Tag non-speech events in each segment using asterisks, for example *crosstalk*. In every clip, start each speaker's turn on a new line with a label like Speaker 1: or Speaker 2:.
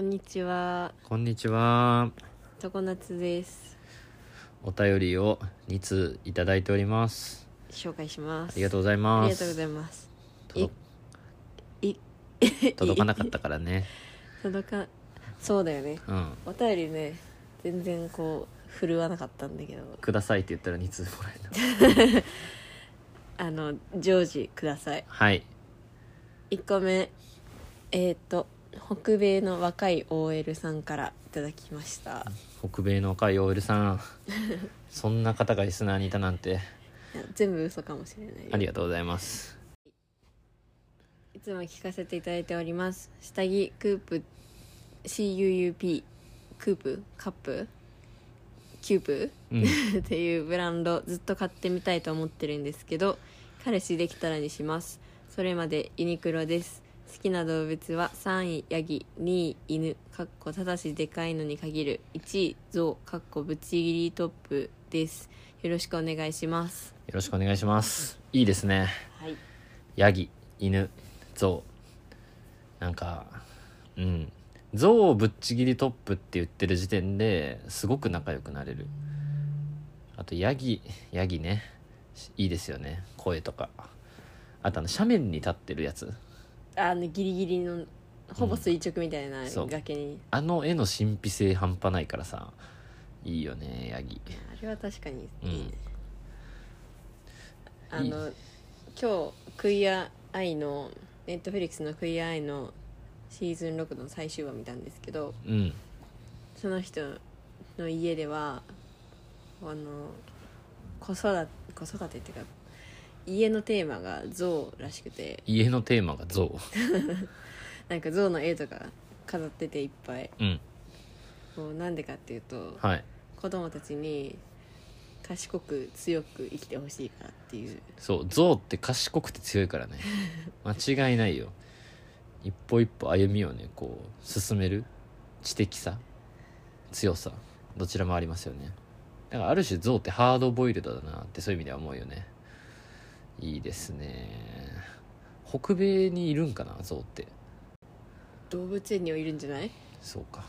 Speaker 1: にちは、
Speaker 2: こんにちは。
Speaker 1: 常夏です。
Speaker 2: お便りを2通いただいております。
Speaker 1: 紹介します。
Speaker 2: ありがとう
Speaker 1: う
Speaker 2: ございます。
Speaker 1: ありがとうございます。
Speaker 2: 届
Speaker 1: い、
Speaker 2: 届かなかったからね。
Speaker 1: 届か、そうだよね。
Speaker 2: うん。
Speaker 1: お便りね、全然こう、振るわなかったんだけど、
Speaker 2: くださいって言ったら2通もらえた。
Speaker 1: あの、常時ください。
Speaker 2: はい。
Speaker 1: 1個目、えっ、と、北米の若い OL さんからいただきました。
Speaker 2: 北米の若い OL さん。そんな方がリスナーにいたなんて。
Speaker 1: いや全部嘘かもしれないよ。
Speaker 2: ありがとうございます。
Speaker 1: いつも聞かせていただいております。下着クープ CUUP クープカップキュープ
Speaker 2: うん。
Speaker 1: っていうブランドずっと買ってみたいと思ってるんですけど彼氏できたらにします。それまでユニクロです。好きな動物は3位ヤギ2位犬かっこただしでかいのに限る1位ゾウかっこぶち切りトップです。よろしくお願いします。
Speaker 2: よろしくお願いします。いいですね。
Speaker 1: はい。
Speaker 2: ヤギ、犬、ゾウ。なんか、うん。ゾウぶっちぎりトップって言ってる時点ですごく仲良くなれる。あと、ヤギ、ヤギね。しいいですよね。声とか。あと、あの、斜面に立ってるやつ。
Speaker 1: あのギリギリのほぼ垂直みたいな
Speaker 2: うんそう
Speaker 1: 崖に、
Speaker 2: あの絵の神秘性半端ないからさ。いいよね、ヤギ。
Speaker 1: あれは確かに
Speaker 2: う
Speaker 1: いい
Speaker 2: ん
Speaker 1: ね、。あの今日「クイア・アイ」のネットフリックスの「クイア・アイ」のシーズン6の最終話見たんですけど
Speaker 2: うん。
Speaker 1: その人の家ではあの子育て子育てっていうか家のテーマが象らしくて
Speaker 2: 家のテーマがゾウ。
Speaker 1: なんか象の絵とか飾ってていっぱい
Speaker 2: うん。
Speaker 1: もうなんでかっていうと
Speaker 2: はい。
Speaker 1: 子供たちに賢く強く生きてほしいからっていう
Speaker 2: そう象って賢くて強い *laughs* からね間違いないよ一歩一歩歩みをねこう進める知的さ強さどちらもありますよねだからある種象ってハードボイルドだなってそういう意味では思うよねいいですね北米にいるんかな象って
Speaker 1: 動物園にはいるんじゃない
Speaker 2: そうか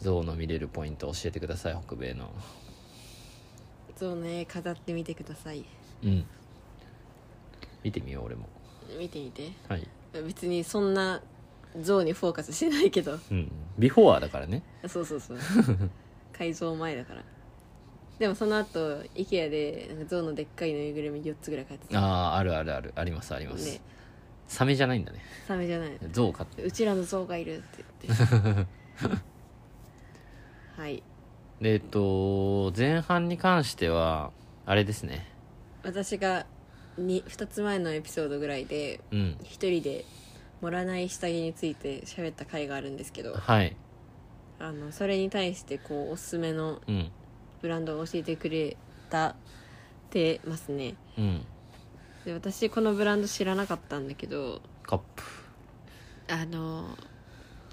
Speaker 2: 象の見れるポイント教えてください北米の
Speaker 1: 象の絵飾ってみてください
Speaker 2: うん見てみよう俺も
Speaker 1: 見てみて
Speaker 2: はい
Speaker 1: 別にそんな象にフォーカスしてないけど
Speaker 2: うんビフォアだからね
Speaker 1: そうそう
Speaker 2: *laughs*
Speaker 1: そう改造前だからでもその後 IKEA でなんか象のでっかいぬいぐるみ4つぐらい買ってた
Speaker 2: あああるあるあるありますあります、
Speaker 1: ね
Speaker 2: サメじゃないんだね
Speaker 1: サメじゃない
Speaker 2: 象を飼って
Speaker 1: うちらの象がいるって言って
Speaker 2: *laughs*
Speaker 1: はい
Speaker 2: でえっと前半に関してはあれですね
Speaker 1: 私が 2, 2つ前のエピソードぐらいで
Speaker 2: うん
Speaker 1: 一人で盛らない下着について喋った回があるんですけど
Speaker 2: はい
Speaker 1: あのそれに対してこうおすすめの
Speaker 2: うん
Speaker 1: ブランドを教えてくれたてますね
Speaker 2: うん
Speaker 1: で私このブランド知らなかったんだけど
Speaker 2: カップ
Speaker 1: あの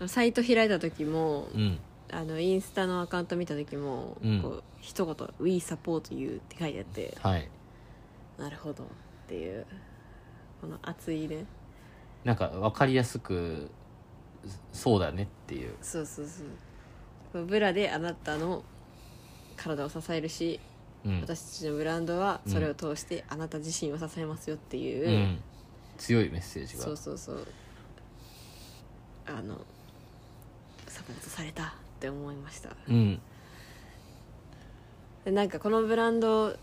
Speaker 1: サイト開いた時も
Speaker 2: うん
Speaker 1: あのインスタのアカウント見た時も、
Speaker 2: うん
Speaker 1: こう一言「We support you」って書いてあって
Speaker 2: はい
Speaker 1: なるほどっていうこの熱いね
Speaker 2: なんか分かりやすくそうだねっていう
Speaker 1: そうそうそうこうブラであなたの体を支えるし
Speaker 2: うん、
Speaker 1: 私たちのブランドはそれを通してあなた自身を支えますよっていう、
Speaker 2: うん、強いメッセージが
Speaker 1: そうそうそうあのサポートされたって思いました
Speaker 2: うん
Speaker 1: でなんかこのブランドを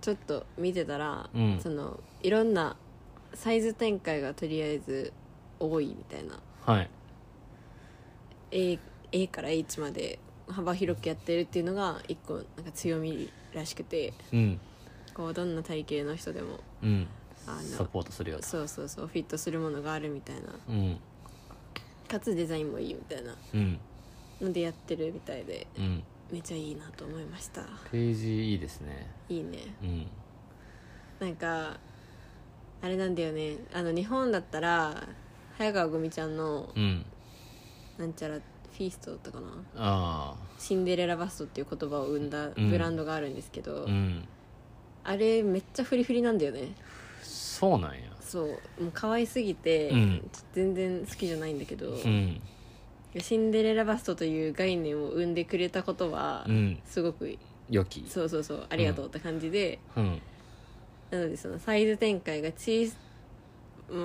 Speaker 1: ちょっと見てたら、
Speaker 2: うん
Speaker 1: そのいろんなサイズ展開がとりあえず多いみたいな
Speaker 2: はい
Speaker 1: A, A から H まで幅広くやってるっていうのが一個なんか強みらしくて
Speaker 2: うん
Speaker 1: こうどんな体型の人でも
Speaker 2: うん
Speaker 1: あの
Speaker 2: サポートするよと
Speaker 1: そうそうそうフィットするものがあるみたいな
Speaker 2: うん
Speaker 1: かつデザインもいいみたいな
Speaker 2: うん
Speaker 1: のでやってるみたいで
Speaker 2: うん
Speaker 1: めっちゃいいなと思いました
Speaker 2: ページいいですね
Speaker 1: いいね
Speaker 2: うん
Speaker 1: なんかあれなんだよねあの日本だったら早川組ちゃんの
Speaker 2: うん
Speaker 1: なんちゃらフィーストだったかな
Speaker 2: あ
Speaker 1: シンデレラバストっていう言葉を生んだブランドがあるんですけど、
Speaker 2: あうん
Speaker 1: あれめっちゃフリフリなんだよね
Speaker 2: そうなんや
Speaker 1: そうもう可愛すぎて、
Speaker 2: うん
Speaker 1: 全然好きじゃないんだけど、
Speaker 2: うん
Speaker 1: シンデレラバストという概念を生んでくれたことは
Speaker 2: うん
Speaker 1: すごく
Speaker 2: 良き
Speaker 1: そうそうそうありがとうって感じで、
Speaker 2: うん
Speaker 1: なのでそのサイズ展開が小さ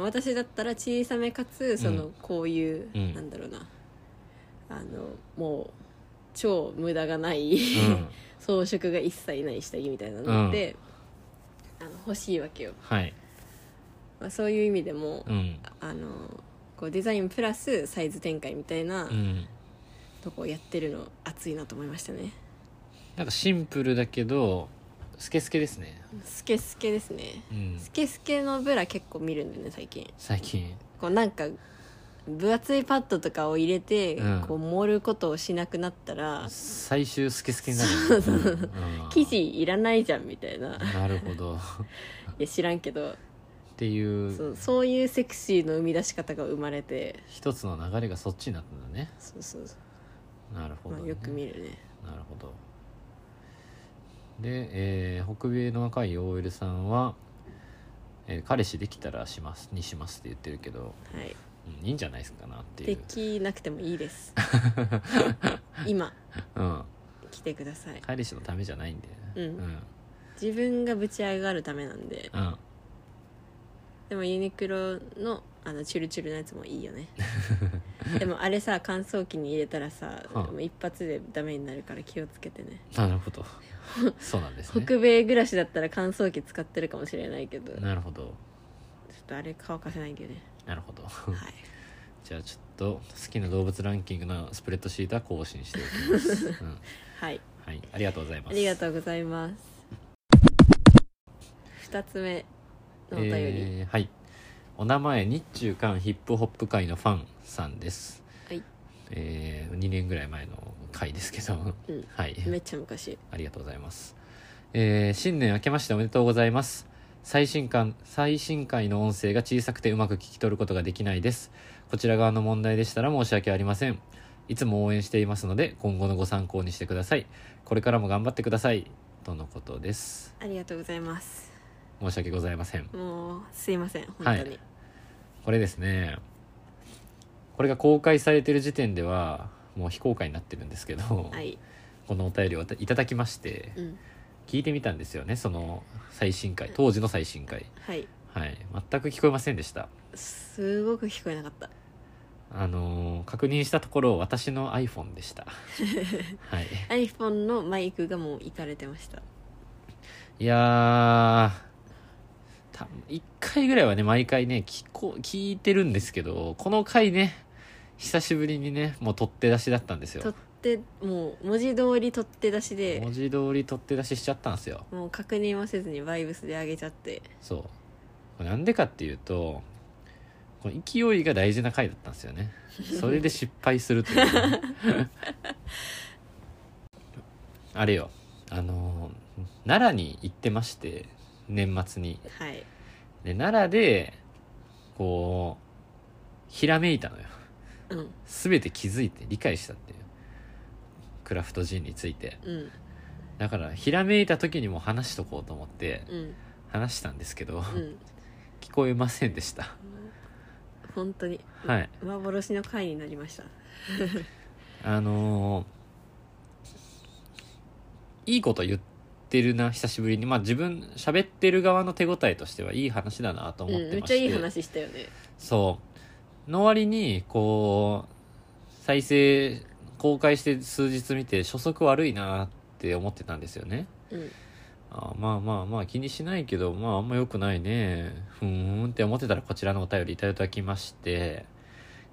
Speaker 1: 私だったら小さめかつその
Speaker 2: うん
Speaker 1: こういう、
Speaker 2: うん
Speaker 1: なんだろうなあのもう超無駄がない、
Speaker 2: うん
Speaker 1: *laughs* 装飾が一切ない下着みたいなので、あの欲しいわけよ、
Speaker 2: はい
Speaker 1: まあ、そういう意味でも、
Speaker 2: うん
Speaker 1: あのこうデザインプラスサイズ展開みたいな
Speaker 2: うん
Speaker 1: とこをやってるの熱いなと思いましたね
Speaker 2: なんかシンプルだけどスケスケですね
Speaker 1: スケスケですね
Speaker 2: うん
Speaker 1: スケスケのブラ結構見るんだよね最近
Speaker 2: 最近
Speaker 1: こうなんか分厚いパッドとかを入れて、
Speaker 2: うん
Speaker 1: こう盛ることをしなくなったら
Speaker 2: 最終スケスケになるよねうん
Speaker 1: 生地いらないじゃんみたい
Speaker 2: *laughs*
Speaker 1: な
Speaker 2: なるほどっ
Speaker 1: いや知らんけど
Speaker 2: てい
Speaker 1: そううそういうセクシーの生み出し方が生まれて
Speaker 2: 一つの流れがそっちになったんだね
Speaker 1: そうそうそう
Speaker 2: なるほど
Speaker 1: ま
Speaker 2: ね、
Speaker 1: あ、よく見るね
Speaker 2: なるほどで、えー北米の若い OL さんは、えー彼氏できたらしますにしますって言ってるけど、
Speaker 1: はい
Speaker 2: うん、いいんじゃないですかなってい
Speaker 1: で
Speaker 2: う、
Speaker 1: きなくてもいいです
Speaker 2: *laughs*
Speaker 1: 今
Speaker 2: うん、
Speaker 1: 来てください
Speaker 2: 彼氏のためじゃないんで
Speaker 1: うん
Speaker 2: うん
Speaker 1: 自分がぶち上がるためなんで
Speaker 2: うん
Speaker 1: でもユニクロのあのチュルチュルのやつもいいよ
Speaker 2: *laughs*
Speaker 1: ねでもあれさ乾燥機に入れたらさ、
Speaker 2: はあ
Speaker 1: もう一発でダメになるから気をつけてね
Speaker 2: なる
Speaker 1: *laughs*
Speaker 2: ほどそうなんですね
Speaker 1: 北米暮らしだったら乾燥機使ってるかもしれないけどちょっ
Speaker 2: なるほど
Speaker 1: とあれ乾かせないんだよ
Speaker 2: *laughs*
Speaker 1: ね
Speaker 2: なるほど
Speaker 1: はい
Speaker 2: じゃあちょっと好きな動物ランキングのスプレッドシートは更新してお
Speaker 1: *laughs*
Speaker 2: きます、うん
Speaker 1: はい
Speaker 2: はい、ありがとうございます
Speaker 1: ありがとうございます2つ目のお便り、
Speaker 2: えーはいお名前日中韓ヒップホップ界のファンさんです
Speaker 1: はい
Speaker 2: え2年ぐらい前の回ですけど、
Speaker 1: うん
Speaker 2: はい
Speaker 1: めっちゃ昔
Speaker 2: ありがとうございます、えー新年明けましておめでとうございます最新刊最新回の音声が小さくてうまく聞き取ることができないですこちら側の問題でしたら申し訳ありませんいつも応援していますので今後のご参考にしてくださいこれからも頑張ってくださいとのことです
Speaker 1: ありがとうございます
Speaker 2: 申し訳ございません
Speaker 1: もうすいません本当に、
Speaker 2: はいこれですねこれが公開されてる時点ではもう非公開になってるんですけど、
Speaker 1: はい、
Speaker 2: このお便りをいただきまして
Speaker 1: うん、
Speaker 2: 聞いてみたんですよねその最新回当時の最新回
Speaker 1: はい、
Speaker 2: はい全く聞こえませんでした
Speaker 1: すごく聞こえなかった。
Speaker 2: あのー確認したところ私の iPhone でしたはい
Speaker 1: iPhone のマイクがもういかれてました。
Speaker 2: いやーた1回ぐらいはね毎回ね聞こ聞いてるんですけどこの回ね久しぶりにねもう取って出しだったんですよ
Speaker 1: 取って、もう文字通り取って出しで
Speaker 2: 文、字通り取って出ししちゃったんですよ
Speaker 1: もう確認もせずにバイブスで上げちゃって。
Speaker 2: そうこれなんでかっていうとこの勢いが大事な回だったんですよねそれで失敗するという *laughs* ね、あれよあの奈良に行ってまして年末に
Speaker 1: はい。
Speaker 2: で奈良でこうひらめいたのよ
Speaker 1: うん、
Speaker 2: 全て気づいて理解したっていうクラフトジンについて
Speaker 1: うん、
Speaker 2: だからひらめいた時にも話しとこうと思って
Speaker 1: うん、
Speaker 2: 話したんですけ
Speaker 1: う
Speaker 2: ど、
Speaker 1: ん。
Speaker 2: 聞こえませんでした
Speaker 1: 本当に、
Speaker 2: はい
Speaker 1: 幻の回になりました。
Speaker 2: あのーいいこと言ってるな久しぶりにまあ自分喋ってる側の手応えとしてはいい話だなと
Speaker 1: う
Speaker 2: 思っ
Speaker 1: ん、め
Speaker 2: て
Speaker 1: っ
Speaker 2: ま
Speaker 1: ち
Speaker 2: し
Speaker 1: ゃい
Speaker 2: て、
Speaker 1: い話したよね。
Speaker 2: そうの割にこう再生公開して数日見て初速悪いなって思ってたんですよね
Speaker 1: うん、
Speaker 2: あまあまあまあ気にしないけどまああんま良くないねふーんって思ってたらこちらのお便りいただきまして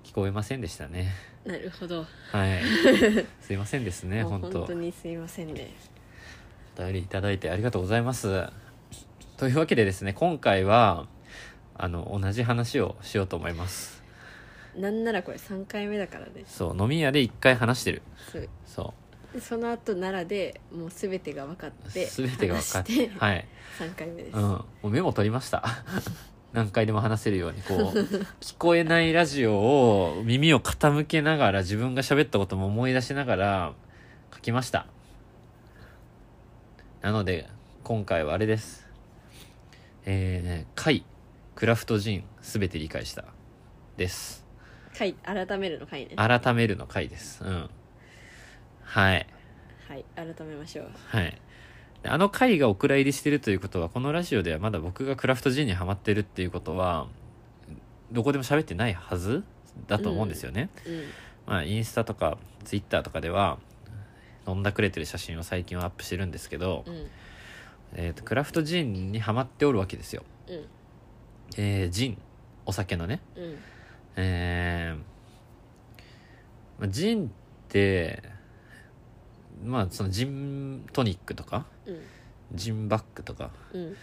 Speaker 2: 聞こえませんでしたね
Speaker 1: なるほど。 *laughs*
Speaker 2: はい。すいませんですね、
Speaker 1: もう
Speaker 2: 本当。
Speaker 1: 本当にすいませんね。
Speaker 2: お便りいただいてありがとうございます。というわけでですね、今回は、あの、同じ話をしようと思います。
Speaker 1: なんならこれ3回目だからね。
Speaker 2: そう、飲み屋で一回話してる。
Speaker 1: そう
Speaker 2: そ
Speaker 1: でその後奈良でもう全てが分かっ
Speaker 2: う。
Speaker 1: て
Speaker 2: すべてが分かっ
Speaker 1: 話して
Speaker 2: て、はい。
Speaker 1: 3回目です、
Speaker 2: うん。もうメモ取り
Speaker 1: *laughs*
Speaker 2: ました。何回でも話せるように、こう、聞こえないラジオを耳を傾けながら、自分が喋ったことも思い出しながら書きました。なので、今回はあれです。えー、回、クラフトジン、すべて理解した。です。
Speaker 1: 回改めるの回ね
Speaker 2: 改めるの回ですうんはい
Speaker 1: はい改めましょう
Speaker 2: はいであの回がお蔵入りしてるということはこのラジオではまだ僕がクラフトジンにハマってるっていうことはどこでも喋ってないはずだと思うんですよね、
Speaker 1: う
Speaker 2: まあ、インスタとかツイッターとかでは飲んだくれてる写真を最近はアップしてるんですけど、
Speaker 1: んうん
Speaker 2: えー、とクラフトジンにハマっておるわけですよ、
Speaker 1: うん
Speaker 2: えージンお酒のね、
Speaker 1: うん
Speaker 2: えーまあ、ジンってまあそのジントニックとか
Speaker 1: うん
Speaker 2: ジンバッグとか
Speaker 1: うん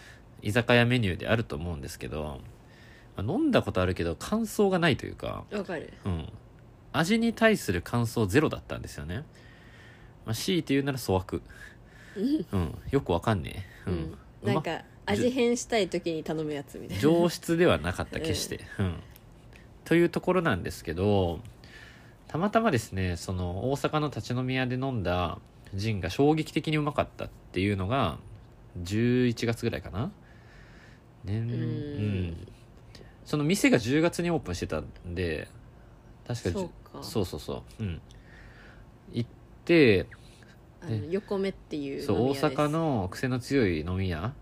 Speaker 2: 居酒屋メニューであると思うんですけど、まあ飲んだことあるけど感想がないというか、
Speaker 1: わかる
Speaker 2: うん、味に対する感想ゼロだったんですよね、まあ、強いて言うなら粗悪、うん、よくわかんねえ、
Speaker 1: う
Speaker 2: うん
Speaker 1: んなん
Speaker 2: う
Speaker 1: か味変したい時に頼むやつみた
Speaker 2: ま
Speaker 1: いな
Speaker 2: 上質ではなかっ
Speaker 1: う
Speaker 2: た
Speaker 1: ん
Speaker 2: 決
Speaker 1: *laughs*
Speaker 2: して、うん、というところなんですけどたまたまですねその大阪の立ち飲み屋で飲んだジンが衝撃的にうまかったっていうのが11月ぐらいかな年
Speaker 1: う
Speaker 2: うんんその店が10月にオープンしてたんで確かじゅ
Speaker 1: そうか
Speaker 2: そうそうそううん行って
Speaker 1: あの横目っていう
Speaker 2: そう
Speaker 1: 飲み
Speaker 2: 大
Speaker 1: 屋です
Speaker 2: 阪の癖の強い飲み屋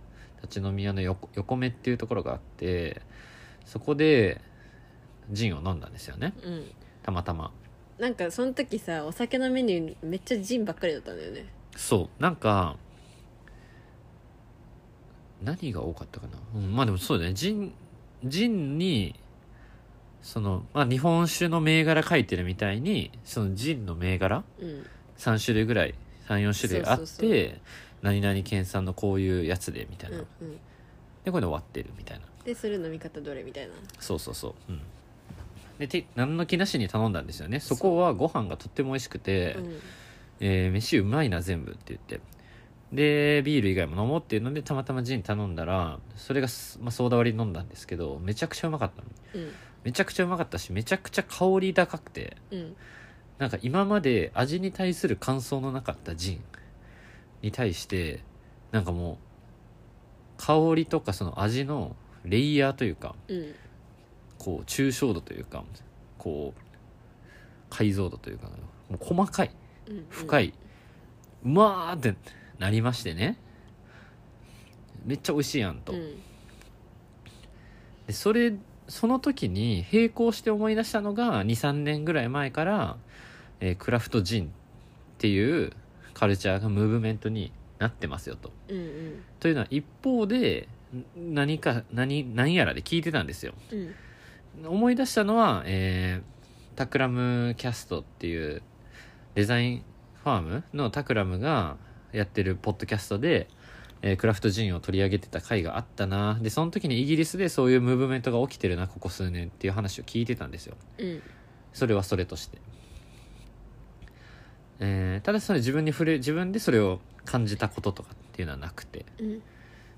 Speaker 2: 立ち飲み屋の横横目っていうところがあってそこでジンを飲んだんですよね
Speaker 1: うん
Speaker 2: たまたま
Speaker 1: なんかその時さお酒のメニューめっちゃジンばっかりだったんだよね
Speaker 2: そうなんか何が多かったかな、うん、まあでもそうだねジンジンにその、まあ、日本酒の銘柄書いてるみたいにそのジンの銘柄
Speaker 1: うん
Speaker 2: 3種類ぐらい34種類あって
Speaker 1: そうそうそ
Speaker 2: 何々県産のこういうやつでみたいうな、
Speaker 1: んうん
Speaker 2: でこれで終わってるみたいな
Speaker 1: でそれ飲み方どれみたいな
Speaker 2: そうそうそううんでて何の気なしに頼んだんですよねそこはご飯がとっても美味しくて、
Speaker 1: うん
Speaker 2: えー飯うまいな全部って言ってでビール以外も飲もうっていうのでたまたまジン頼んだらそれがす、まあ、ソーダ割り飲んだんですけどめちゃくちゃうまかったの
Speaker 1: うん
Speaker 2: めちゃくちゃうまかったしめちゃくちゃ香り高くて
Speaker 1: うん
Speaker 2: なんか今まで味に対する感想のなかったジンに対してなんかもう香りとかその味のレイヤーというか
Speaker 1: うん
Speaker 2: こう抽象度というかこう解像度というかもう細かい
Speaker 1: うん
Speaker 2: 深い、うまーってなりましてねめっちゃ美味しいやんと、
Speaker 1: うん
Speaker 2: でそれその時に並行して思い出したのが23年ぐらい前から、えークラフトジンっていうカルチャーがムーブメントになってますよと。
Speaker 1: うんうん
Speaker 2: というのは一方でん何か何何やらで聞いてたんですよ。
Speaker 1: うん
Speaker 2: 思い出したのは、えータクラムキャストっていうデザインファームのタクラムがやってるポッドキャストで、えークラフトジンを取り上げてた回があったなでその時にイギリスでそういうムーブメントが起きてるなここ数年っていう話を聞いてたんですよ
Speaker 1: うん
Speaker 2: それはそれとして、えーただそれ自分に触れ自分でそれを感じたこととかっていうのはなくて
Speaker 1: うん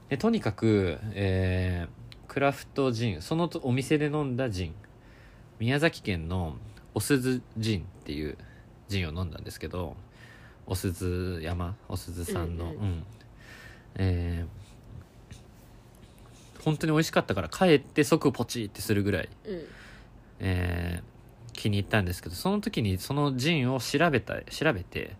Speaker 2: でとにかく、えークラフトジンそのお店で飲んだジン宮崎県のお鈴ジンっていうジンを飲んだんですけどお鈴山お鈴さん
Speaker 1: う
Speaker 2: の、うんん
Speaker 1: うん
Speaker 2: えー本当に美味しかったから帰って即ポチってするぐらい、
Speaker 1: うん
Speaker 2: えー気に入ったんですけどその時にそのジンを調べた調べて、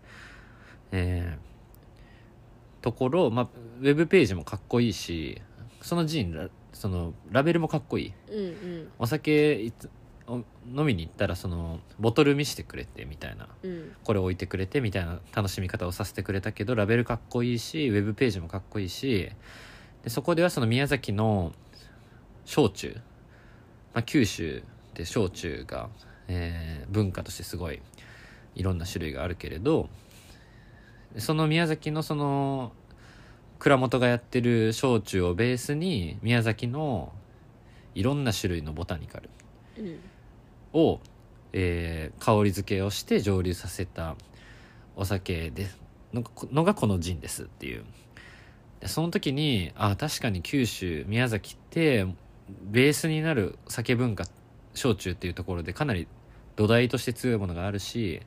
Speaker 2: えーところ、まあ、ウェブページもかっこいいしそのジンラそのラベルもかっこいい
Speaker 1: うんうん
Speaker 2: お酒いつお飲みに行ったらそのボトル見してくれてみたいな
Speaker 1: うん
Speaker 2: これ置いてくれてみたいな楽しみ方をさせてくれたけどラベルかっこいいしウェブページもかっこいいしでそこではその宮崎の焼酎、まあ、九州で焼酎が、えー文化としてすごいいろんな種類があるけれどその宮崎のその蔵元がやってる焼酎をベースに宮崎のいろんな種類のボタニカル
Speaker 1: うん
Speaker 2: を、えー香り付けをして蒸留させたお酒ですののがこのジンですっていうでその時にあ確かに九州宮崎ってベースになる酒文化焼酎っていうところでかなり土台として強いものがあるし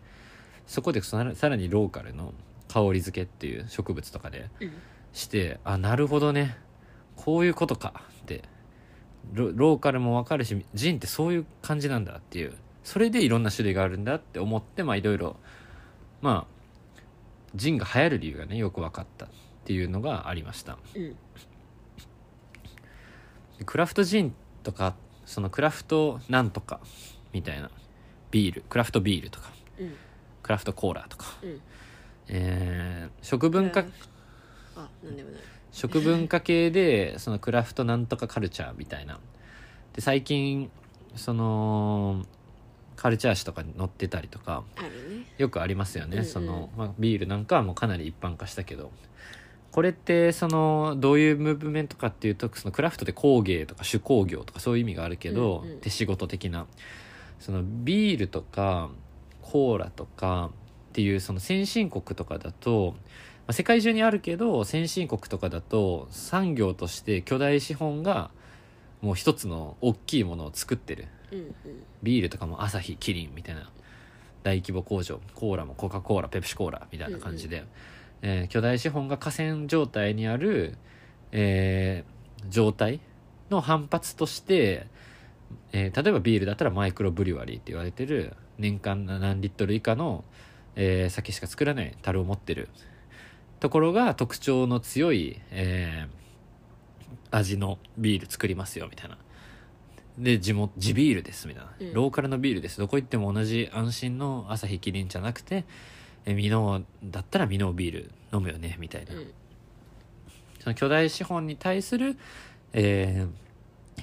Speaker 2: そこでさらさらにローカルの香り付けっていう植物とかで
Speaker 1: うん
Speaker 2: してあなるほどねこういうことかってロローカルもわかるしジンってそういう感じなんだっていうそれでいろんな種類があるんだって思ってまあいろいろまあジンが流行る理由がねよく分かったっていうのがありました
Speaker 1: うん
Speaker 2: でクラフトジンとかそのクラフトなんとかみたいなビールクラフトビールとか
Speaker 1: うん
Speaker 2: クラフトコーラとか、
Speaker 1: うん
Speaker 2: えー食文化
Speaker 1: クラあなんでもない
Speaker 2: 食文化系でそのクラフトなんとかカルチャーみたいなで最近そのカルチャー誌とかに載ってたりとか
Speaker 1: あるね
Speaker 2: よくありますよね、
Speaker 1: うんうん
Speaker 2: そのまあ、ビールなんかはもうかなり一般化したけどこれってそのどういうムーブメントかっていうとそのクラフトで工芸とか手工業とかそういう意味があるけど、
Speaker 1: うんうん
Speaker 2: 手仕事的なそのビールとかコーラとかっていうその先進国とかだと、まあ、世界中にあるけど先進国とかだと産業として巨大資本がもう一つの大きいものを作ってる
Speaker 1: うん
Speaker 2: ビールとかもアサヒキリンみたいな大規模工場コーラもコカ・コーラペプシコーラみたいな感じで、えー巨大資本が河川状態にある、えー状態の反発として、えー例えばビールだったらマイクロブリュワリーって言われてる年間何リットル以下の、えー酒しか作らない樽を持ってるところが特徴の強い、えー味のビール作りますよみたいな。で地元地ビールですみたいな、
Speaker 1: うん
Speaker 2: ローカルのビールですどこ行っても同じ安心の朝日キリンじゃなくてえミノーだったらミノービール飲むよねみたいな、
Speaker 1: うんうん
Speaker 2: その巨大資本に対する、えー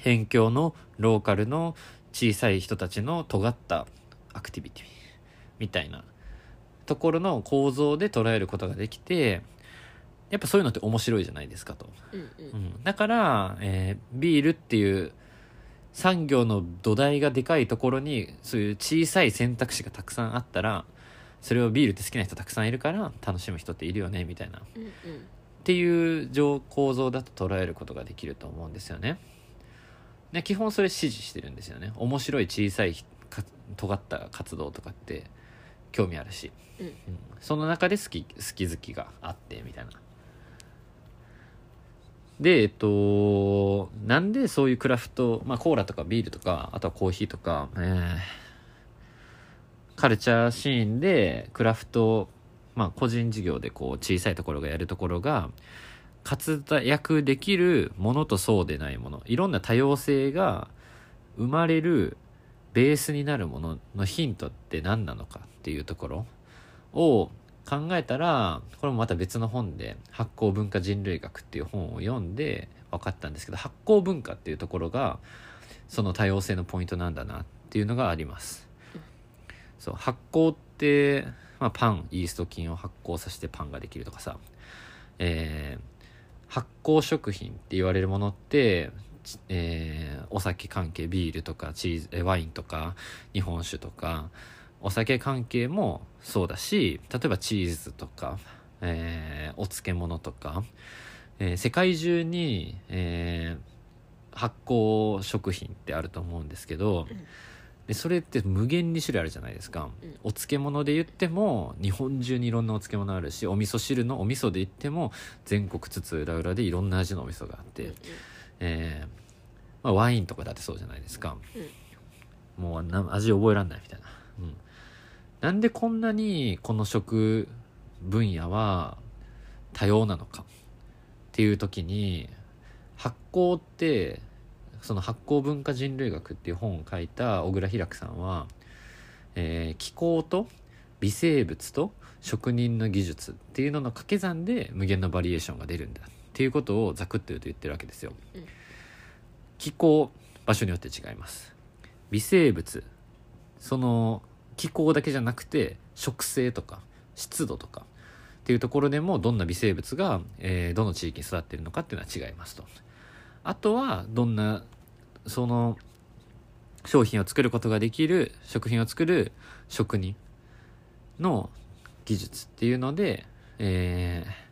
Speaker 2: 辺境のローカルの小さい人たちの尖ったアクティビティみたいなところの構造で捉えることができてやっぱそういうのって面白いじゃないですかと、
Speaker 1: うんう
Speaker 2: うんん、だから、えービールっていう産業の土台がでかいところにそういう小さい選択肢がたくさんあったらそれをビールって好きな人たくさんいるから楽しむ人っているよねみたいな
Speaker 1: うん
Speaker 2: っていう上構造だと捉えることができると思うんですよね。で基本それ支持してるんですよね。面白い小さいか尖った活動とかって興味あるし、
Speaker 1: うん
Speaker 2: その中で好き好き好きがあってみたいな。でえっとなんでそういうクラフト、まあ、コーラとかビールとかあとはコーヒーとか、えーカルチャーシーンでクラフト、まあ、個人事業でこう小さいところがやるところが活躍できるものとそうでないものいろんな多様性が生まれるベースになるもののヒントって何なのかっていうところを考えたらこれもまた別の本で「発酵文化人類学」っていう本を読んで分かったんですけど発酵文化っていうところがその多様性のポイントなんだなっていうのがあります。そう発酵って、まあ、パンイースト菌を発酵させてパンができるとかさ、えー発酵食品って言われるものって、ちえーお酒関係ビールとかチーズえーワインとか日本酒とかお酒関係もそうだし例えばチーズとか、えーお漬物とか、えー世界中に、えー発酵食品ってあると思うんですけど、
Speaker 1: うん
Speaker 2: でそれって無限に種類あるじゃないですか、
Speaker 1: うん
Speaker 2: お漬物で言っても日本中にいろんなお漬物あるしお味噌汁のお味噌で言っても全国津々浦々でいろんな味のお味噌があって、えーまあ、ワインとかだってそうじゃないですか、もうな味覚えらんないみたいな、うん、なんでこんなにこの食分野は多様なのかっていう時に発酵ってその発酵文化人類学っていう本を書いた小倉平久さんは、えー気候と微生物と職人の技術っていうのの掛け算で無限のバリエーションが出るんだっていうことをざくっと言うと言ってるわけですよ。
Speaker 1: うん
Speaker 2: 気候場所によって違います。微生物その気候だけじゃなくて植生とか湿度とかっていうところでもどんな微生物が、えーどの地域に育っているのかっていうのは違いますと。あとはどんなその商品を作ることができる食品を作る職人の技術っていうので、えー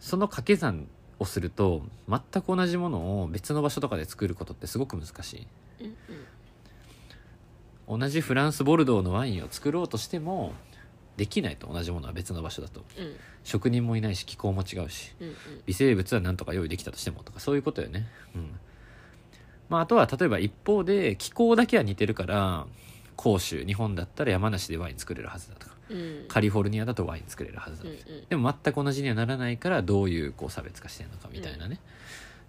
Speaker 2: その掛け算をすると全く同じものを別の場所とかで作ることってすごく難しい。
Speaker 1: うんうん
Speaker 2: 同じフランスボルドーのワインを作ろうとしてもできないと同じものは別の場所だと
Speaker 1: うん
Speaker 2: 職人もいないし気候も違うし
Speaker 1: うん
Speaker 2: 微生物は何とか用意できたとしてもとかそういうことよねうんまああとは例えば一方で気候だけは似てるから甲州日本だったら山梨でワイン作れるはずだとか
Speaker 1: うん
Speaker 2: カリフォルニアだとワイン作れるはずだ
Speaker 1: う
Speaker 2: と
Speaker 1: ん
Speaker 2: か、
Speaker 1: うん
Speaker 2: でも全く同じにはならないからどういうこう差別化してるのかみたいなね、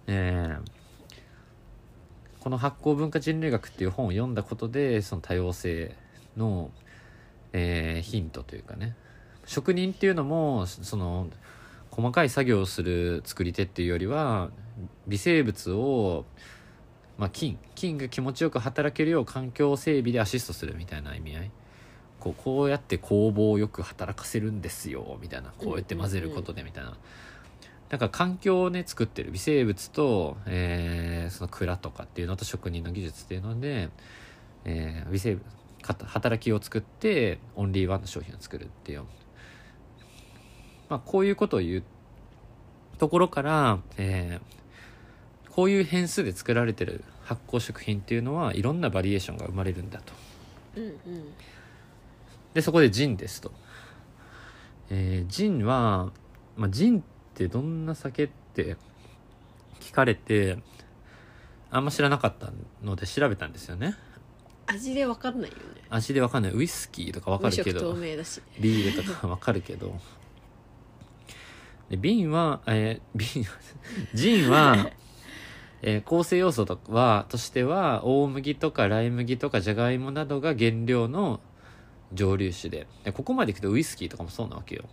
Speaker 2: えーこの発酵文化人類学っていう本を読んだことでその多様性の、えーヒントというかね職人っていうのもその細かい作業をする作り手っていうよりは微生物を、まあ、菌菌が気持ちよく働けるよう環境整備でアシストするみたいな意味合いこうこうやって工房をよく働かせるんですよみたいなこうやって混ぜることでみたいな。なんか環境をね作ってる微生物と、えーその蔵とかっていうのと職人の技術っていうので、えー微生物かた働きを作ってオンリーワンの商品を作るっていう、まあ、こういうことを言うところから、えーこういう変数で作られてる発酵食品っていうのはいろんなバリエーションが生まれるんだと。
Speaker 1: うんうん
Speaker 2: でそこでジンですと、えージンは、まあ、ジンってどんな酒って聞かれてあんま知らなかったので調べたんですよね
Speaker 1: 味で分かんないよね
Speaker 2: 味でわかんないウイスキーとかわか
Speaker 1: 無
Speaker 2: るけ
Speaker 1: 色
Speaker 2: ど
Speaker 1: 透明だし
Speaker 2: ビールとかわかるけどで瓶は、 *laughs* えー瓶ジンは、えー構成要素とはとしては大麦とかライ麦とかじゃがいもなどが原料の蒸留酒ででここまでいくとウイスキーとかもそうなわけよ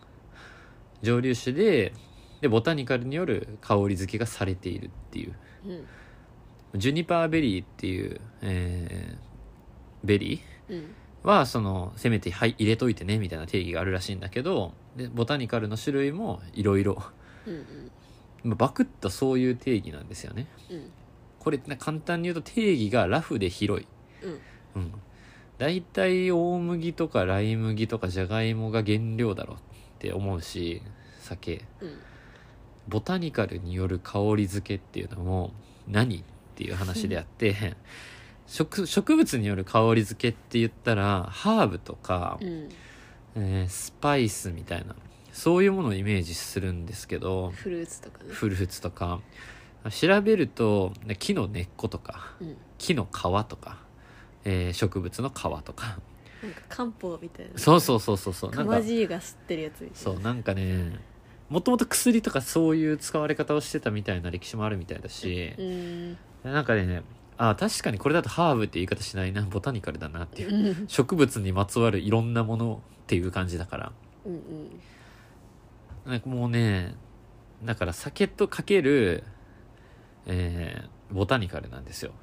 Speaker 2: 蒸留酒ででボタニカルによる香り付けがされているっていう
Speaker 1: うん
Speaker 2: ジュニパーベリーっていう、えーベリー
Speaker 1: うん
Speaker 2: はそのせめて、はい、入れといてねみたいな定義があるらしいんだけどでボタニカルの種類もいろいろ
Speaker 1: うんうん
Speaker 2: まあバクッとそういう定義なんですよね
Speaker 1: うん
Speaker 2: これな簡単に言うと定義がラフで広い、
Speaker 1: うん
Speaker 2: うん、大体大麦とかライ麦とかじゃがいもが原料だろうって思うし酒
Speaker 1: うん
Speaker 2: ボタニカルによる香り付けっていうのも何っていう話であって *laughs* 植植物による香り付けって言ったらハーブとか、
Speaker 1: うん
Speaker 2: えースパイスみたいなそういうものをイメージするんですけど
Speaker 1: フルーツとかね
Speaker 2: フルーツとか調べるとね木の根っことか
Speaker 1: うん
Speaker 2: 木の皮とか、えー植物の皮とか
Speaker 1: なんか漢方みたいな
Speaker 2: そうそうそうそうそうな
Speaker 1: か
Speaker 2: んか
Speaker 1: まじいが吸ってるやつみたいな
Speaker 2: そうなんかねもともと薬とかそういう使われ方をしてたみたいな歴史もあるみたいだし
Speaker 1: う、ん
Speaker 2: なんかねあ確かにこれだとハーブって言い方しないなボタニカルだなっていう植物にまつわるいろんなものっていう感じだから
Speaker 1: うんうん
Speaker 2: なんかもうねだから酒とかける、えーボタニカルなんですよだか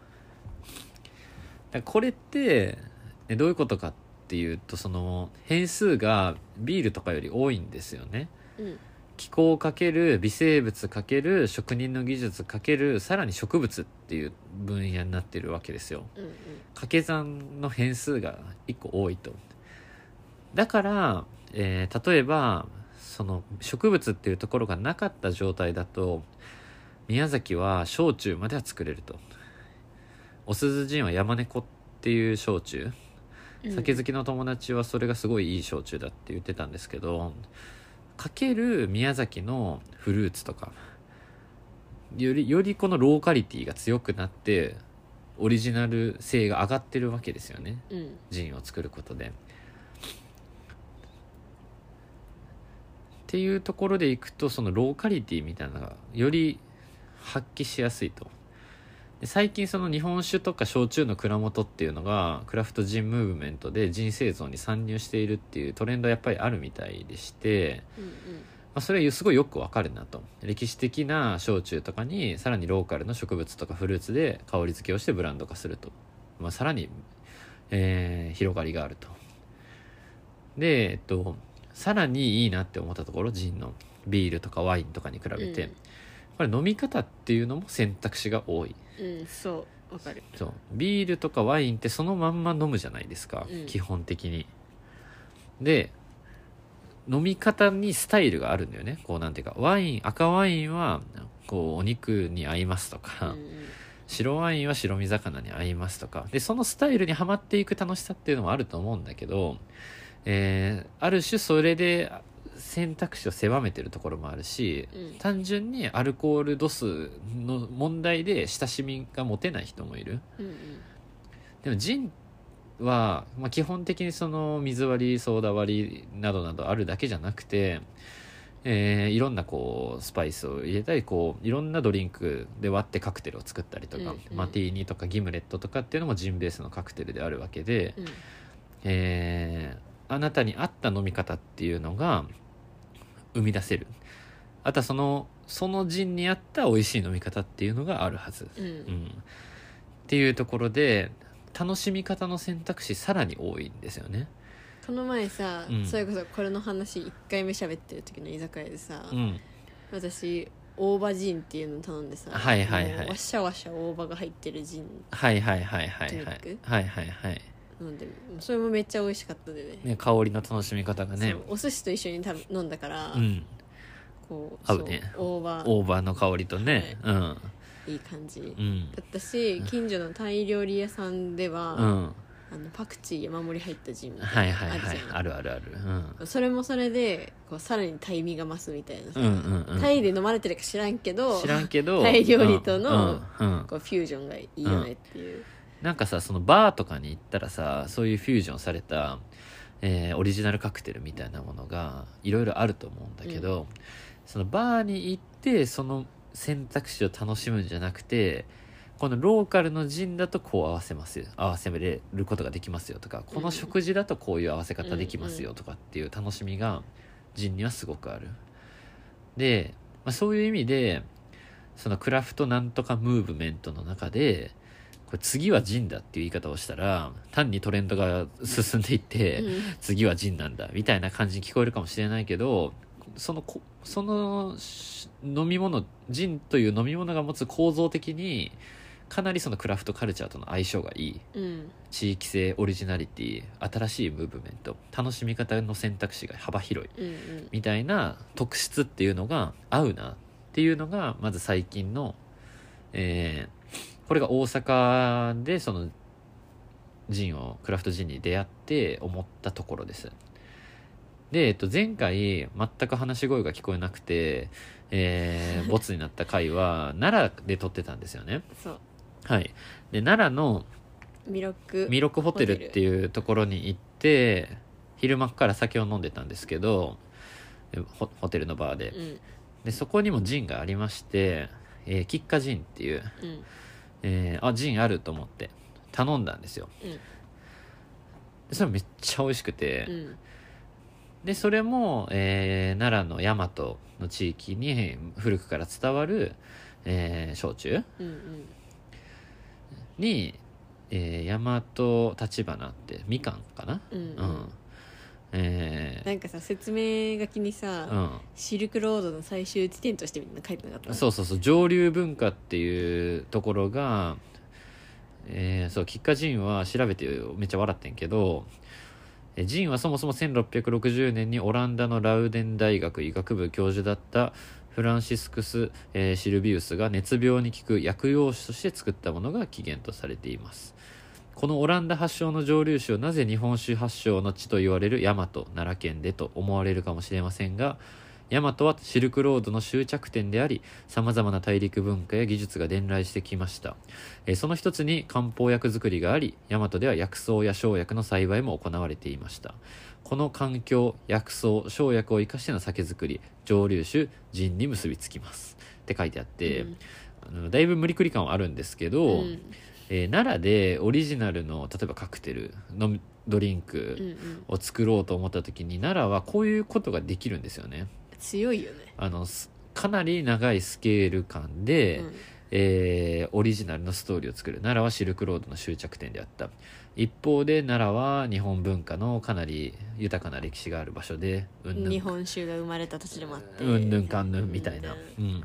Speaker 2: らこれってえどういうことかっていうとその変数がビールとかより多いんですよね
Speaker 1: うん
Speaker 2: 気候かける微生物かける職人の技術かけるさらに植物っていう分野になってるわけですよ
Speaker 1: うん
Speaker 2: 掛け算の変数が1個多いとだから、えー例えばその植物っていうところがなかった状態だと宮崎は焼酎までは作れるとおすずジンは山猫っていう焼酎
Speaker 1: うん
Speaker 2: 酒好きの友達はそれがすごいいい焼酎だって言ってたんですけどかける宮崎のフルーツとかよりよりこのローカリティが強くなってオリジナル性が上がってるわけですよね
Speaker 1: うん
Speaker 2: ジンを作ることで。っていうところでいくとそのローカリティみたいなのがより発揮しやすいと。で最近その日本酒とか焼酎の蔵元っていうのがクラフトジンムーブメントでジン製造に参入しているっていうトレンドはやっぱりあるみたいでして、
Speaker 1: うん
Speaker 2: まあ、それはすごいよくわかるなと歴史的な焼酎とかにさらにローカルの植物とかフルーツで香り付けをしてブランド化すると、まあ、さらに、えー広がりがあるとで、えっと、さらにいいなって思ったところジンのビールとかワインとかに比べて、
Speaker 1: うん
Speaker 2: これ飲み方っていうのも選択肢が多い
Speaker 1: うんうんそうわかる
Speaker 2: そうビールとかワインってそのまんま飲むじゃないですか、
Speaker 1: うん
Speaker 2: 基本的にで飲み方にスタイルがあるんだよねこうなんていうかワイン赤ワインはこうお肉に合いますと
Speaker 1: う
Speaker 2: か、
Speaker 1: ん
Speaker 2: 白ワインは白身魚に合いますとかでそのスタイルにはまっていく楽しさっていうのもあると思うんだけど、えーある種それで選択肢を狭めてるところもあるし
Speaker 1: うんうん
Speaker 2: 単純にアルコール度数の問題で親しみが持てない人もいる
Speaker 1: うん
Speaker 2: でもジンは、まあ、基本的にその水割りソーダ割りなどなどあるだけじゃなくて、えーいろんなこうスパイスを入れたりこういろんなドリンクで割ってカクテルを作ったりとか、
Speaker 1: うんうん
Speaker 2: マティーニとかギムレットとかっていうのもジンベースのカクテルであるわけで、
Speaker 1: うん
Speaker 2: えーあなたに合った飲み方っていうのが生み出せるあとはそのそのジンに合った美味しい飲み方っていうのがあるはず、
Speaker 1: う
Speaker 2: うんん、っていうところで楽しみ方の選択肢さらに多いんですよね、
Speaker 1: この前さ、
Speaker 2: うん
Speaker 1: それこそこれの話1回目喋ってる時の居酒屋でさ、
Speaker 2: うん、
Speaker 1: 私大葉ジンっていうの頼んでさ
Speaker 2: はいはいはい
Speaker 1: もうわしゃわしゃ大葉が入ってるジン
Speaker 2: はいはいはいはいはい
Speaker 1: ドリン
Speaker 2: はいはいはい
Speaker 1: 飲んでそれもめっちゃ美味しかったでね
Speaker 2: ね香りの楽しみ方がね
Speaker 1: そうお寿司と一緒に食べ飲んだから、
Speaker 2: うん
Speaker 1: こう
Speaker 2: 合うね
Speaker 1: そう大葉
Speaker 2: オーバーの香りとね、
Speaker 1: いい感じ、
Speaker 2: うんうん
Speaker 1: だったし近所のタイ料理屋さんでは、
Speaker 2: うん
Speaker 1: あのパクチー山盛り入ったジンみた
Speaker 2: は
Speaker 1: い
Speaker 2: い
Speaker 1: な
Speaker 2: はい
Speaker 1: の
Speaker 2: はい
Speaker 1: じゃん
Speaker 2: あるあるあるうん
Speaker 1: それもそれでこうさらにタイ味が増すみたいなさ、
Speaker 2: うんうんうん
Speaker 1: タイで飲まれてるか知らんけど
Speaker 2: 知らんけど
Speaker 1: タイ料理との
Speaker 2: うんうんうん
Speaker 1: こうフュージョンがいいよねっていう、
Speaker 2: なんかさそのバーとかに行ったらさそういうフュージョンされた、えーオリジナルカクテルみたいなものがいろいろあると思うんだけど、そのバーに行ってその選択肢を楽しむんじゃなくてこのローカルのジンだとこう合わせますよ合わせれることができますよとかこの食事だとこういう合わせ方できますよとかっていう楽しみがジンにはすごくある。で、まあ、そういう意味でそのクラフトなんとかムーブメントの中でこれ次はジンだっていう言い方をしたら単にトレンドが進んでいって、
Speaker 1: うん
Speaker 2: 次はジンなんだみたいな感じに聞こえるかもしれないけどそのこそのし飲み物ジンという飲み物が持つ構造的にかなりそのクラフトカルチャーとの相性がいい
Speaker 1: うん
Speaker 2: 地域性オリジナリティ新しいムーブメント楽しみ方の選択肢が幅広い
Speaker 1: うんうん
Speaker 2: みたいな特質っていうのが合うなっていうのがまず最近の、えーこれが大阪でそのジンをクラフトジンに出会って思ったところです。で、えっと、前回全く話し声が聞こえなくて、えーボツになった回は奈良で撮ってたんですよね。
Speaker 1: そう
Speaker 2: はい。で、奈良の
Speaker 1: ミロック
Speaker 2: ミロクホテルっていうところに行って昼間から酒を飲んでたんですけどえホホテルのバーで
Speaker 1: うん
Speaker 2: でそこにもジンがありまして、えー、キッカジンっていう、
Speaker 1: うん
Speaker 2: えーあジンあると思って頼んだんですよ
Speaker 1: うん
Speaker 2: でそれめっちゃ美味しくて、
Speaker 1: うん
Speaker 2: でそれも、えー奈良の大和の地域に古くから伝わる、えー焼酎
Speaker 1: うんうん
Speaker 2: に、えー、大和立花ってみかんかな
Speaker 1: うん
Speaker 2: う
Speaker 1: うんん、
Speaker 2: えー
Speaker 1: なんかさ説明書きにさ、
Speaker 2: うん
Speaker 1: シルクロードの最終地点としてみんな書いてなかった
Speaker 2: そうそうそう上流文化っていうところが、えーそうキッカジンは調べてめっちゃ笑ってんけどえージンはそもそも1660年にオランダのラウデン大学医学部教授だったフランシスクス・えーシルビウスが熱病に効く薬用酒として作ったものが起源とされていますこのオランダ発祥の蒸留酒をなぜ日本酒発祥の地と言われる大和奈良県でと思われるかもしれませんが大和はシルクロードの終着点でありさまざまな大陸文化や技術が伝来してきました、えーその一つに漢方薬作りがあり大和では薬草や生薬の栽培も行われていましたこの環境薬草生薬を生かしての酒造り蒸留酒ジンに結びつきますって書いてあって、
Speaker 1: うん
Speaker 2: あのだいぶ無理くり感はあるんですけ
Speaker 1: う
Speaker 2: ど、
Speaker 1: ん
Speaker 2: えー奈良でオリジナルの例えばカクテル飲みドリン
Speaker 1: うんう
Speaker 2: ク
Speaker 1: ん
Speaker 2: を作ろうと思った時に奈良はこういうことができるんですよね
Speaker 1: 強いよね、
Speaker 2: あのすかなり長いスケール感で、
Speaker 1: うん
Speaker 2: えーオリジナルのストーリーを作る奈良はシルクロードの終着点であった一方で奈良は日本文化のかなり豊かな歴史がある場所でうんぬん
Speaker 1: 日本酒が生まれた土地でもあって
Speaker 2: うんぬんかんぬんみたいな
Speaker 1: うん、
Speaker 2: うん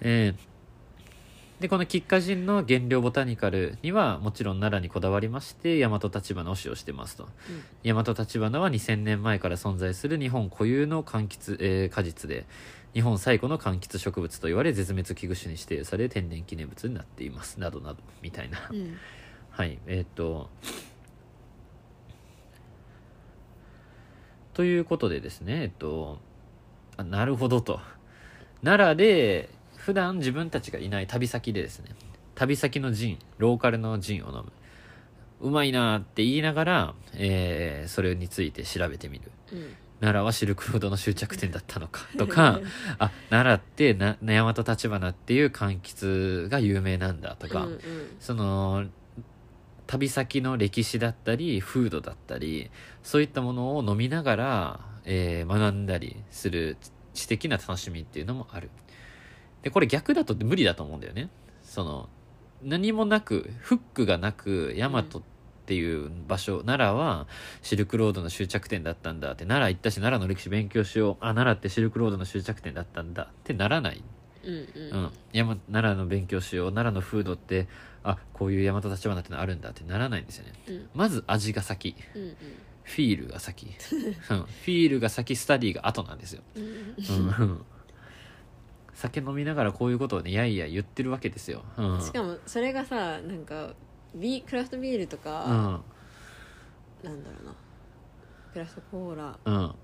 Speaker 2: えーでこの喫花人の原料ボタニカルにはもちろん奈良にこだわりまして大和立花を使用してますと大和立花は2000年前から存在する日本固有の柑橘、えー果実で日本最古の柑橘植物と言われ絶滅危惧種に指定され天然記念物になっていますなどなどみたいな、
Speaker 1: うんうん
Speaker 2: はいえーっとということでですねえっとあなるほどと奈良で普段自分たちがいない旅先でですね旅先のジンローカルのジンを飲むうまいなーって言いながら、えーそれについて調べてみる
Speaker 1: うん
Speaker 2: 奈良はシルクロードの終着点だったのか
Speaker 1: *laughs*
Speaker 2: とかあ奈良ってな大和橘っていう柑橘が有名なんだとか、
Speaker 1: うんうん
Speaker 2: その旅先の歴史だったり風土だったりそういったものを飲みながら、えー学んだりする知知的な楽しみっていうのもあるでこれ逆だと無理だと思うんだよねその何もなくフックがなく大和っていう場所、奈良はシルクロードの終着点だったんだって奈良行ったし奈良の歴史勉強しようあ奈良ってシルクロードの終着点だったんだってならない
Speaker 1: うん
Speaker 2: うん、山奈良の勉強しよう奈良の風土ってあこういう大和立花ってのあるんだってならないんですよね
Speaker 1: うん
Speaker 2: まず味が先
Speaker 1: うん
Speaker 2: フィール
Speaker 1: *laughs*
Speaker 2: が先、うん、フィールが先スタディが後なんですよ、
Speaker 1: うん
Speaker 2: うんうん、酒飲みながらこういうことをねやいや言ってるわけですよ、うん、
Speaker 1: しかもそれがさなんかビークラフトビールと
Speaker 2: う
Speaker 1: か、
Speaker 2: ん
Speaker 1: なんだろうなクラフトコーラ
Speaker 2: うん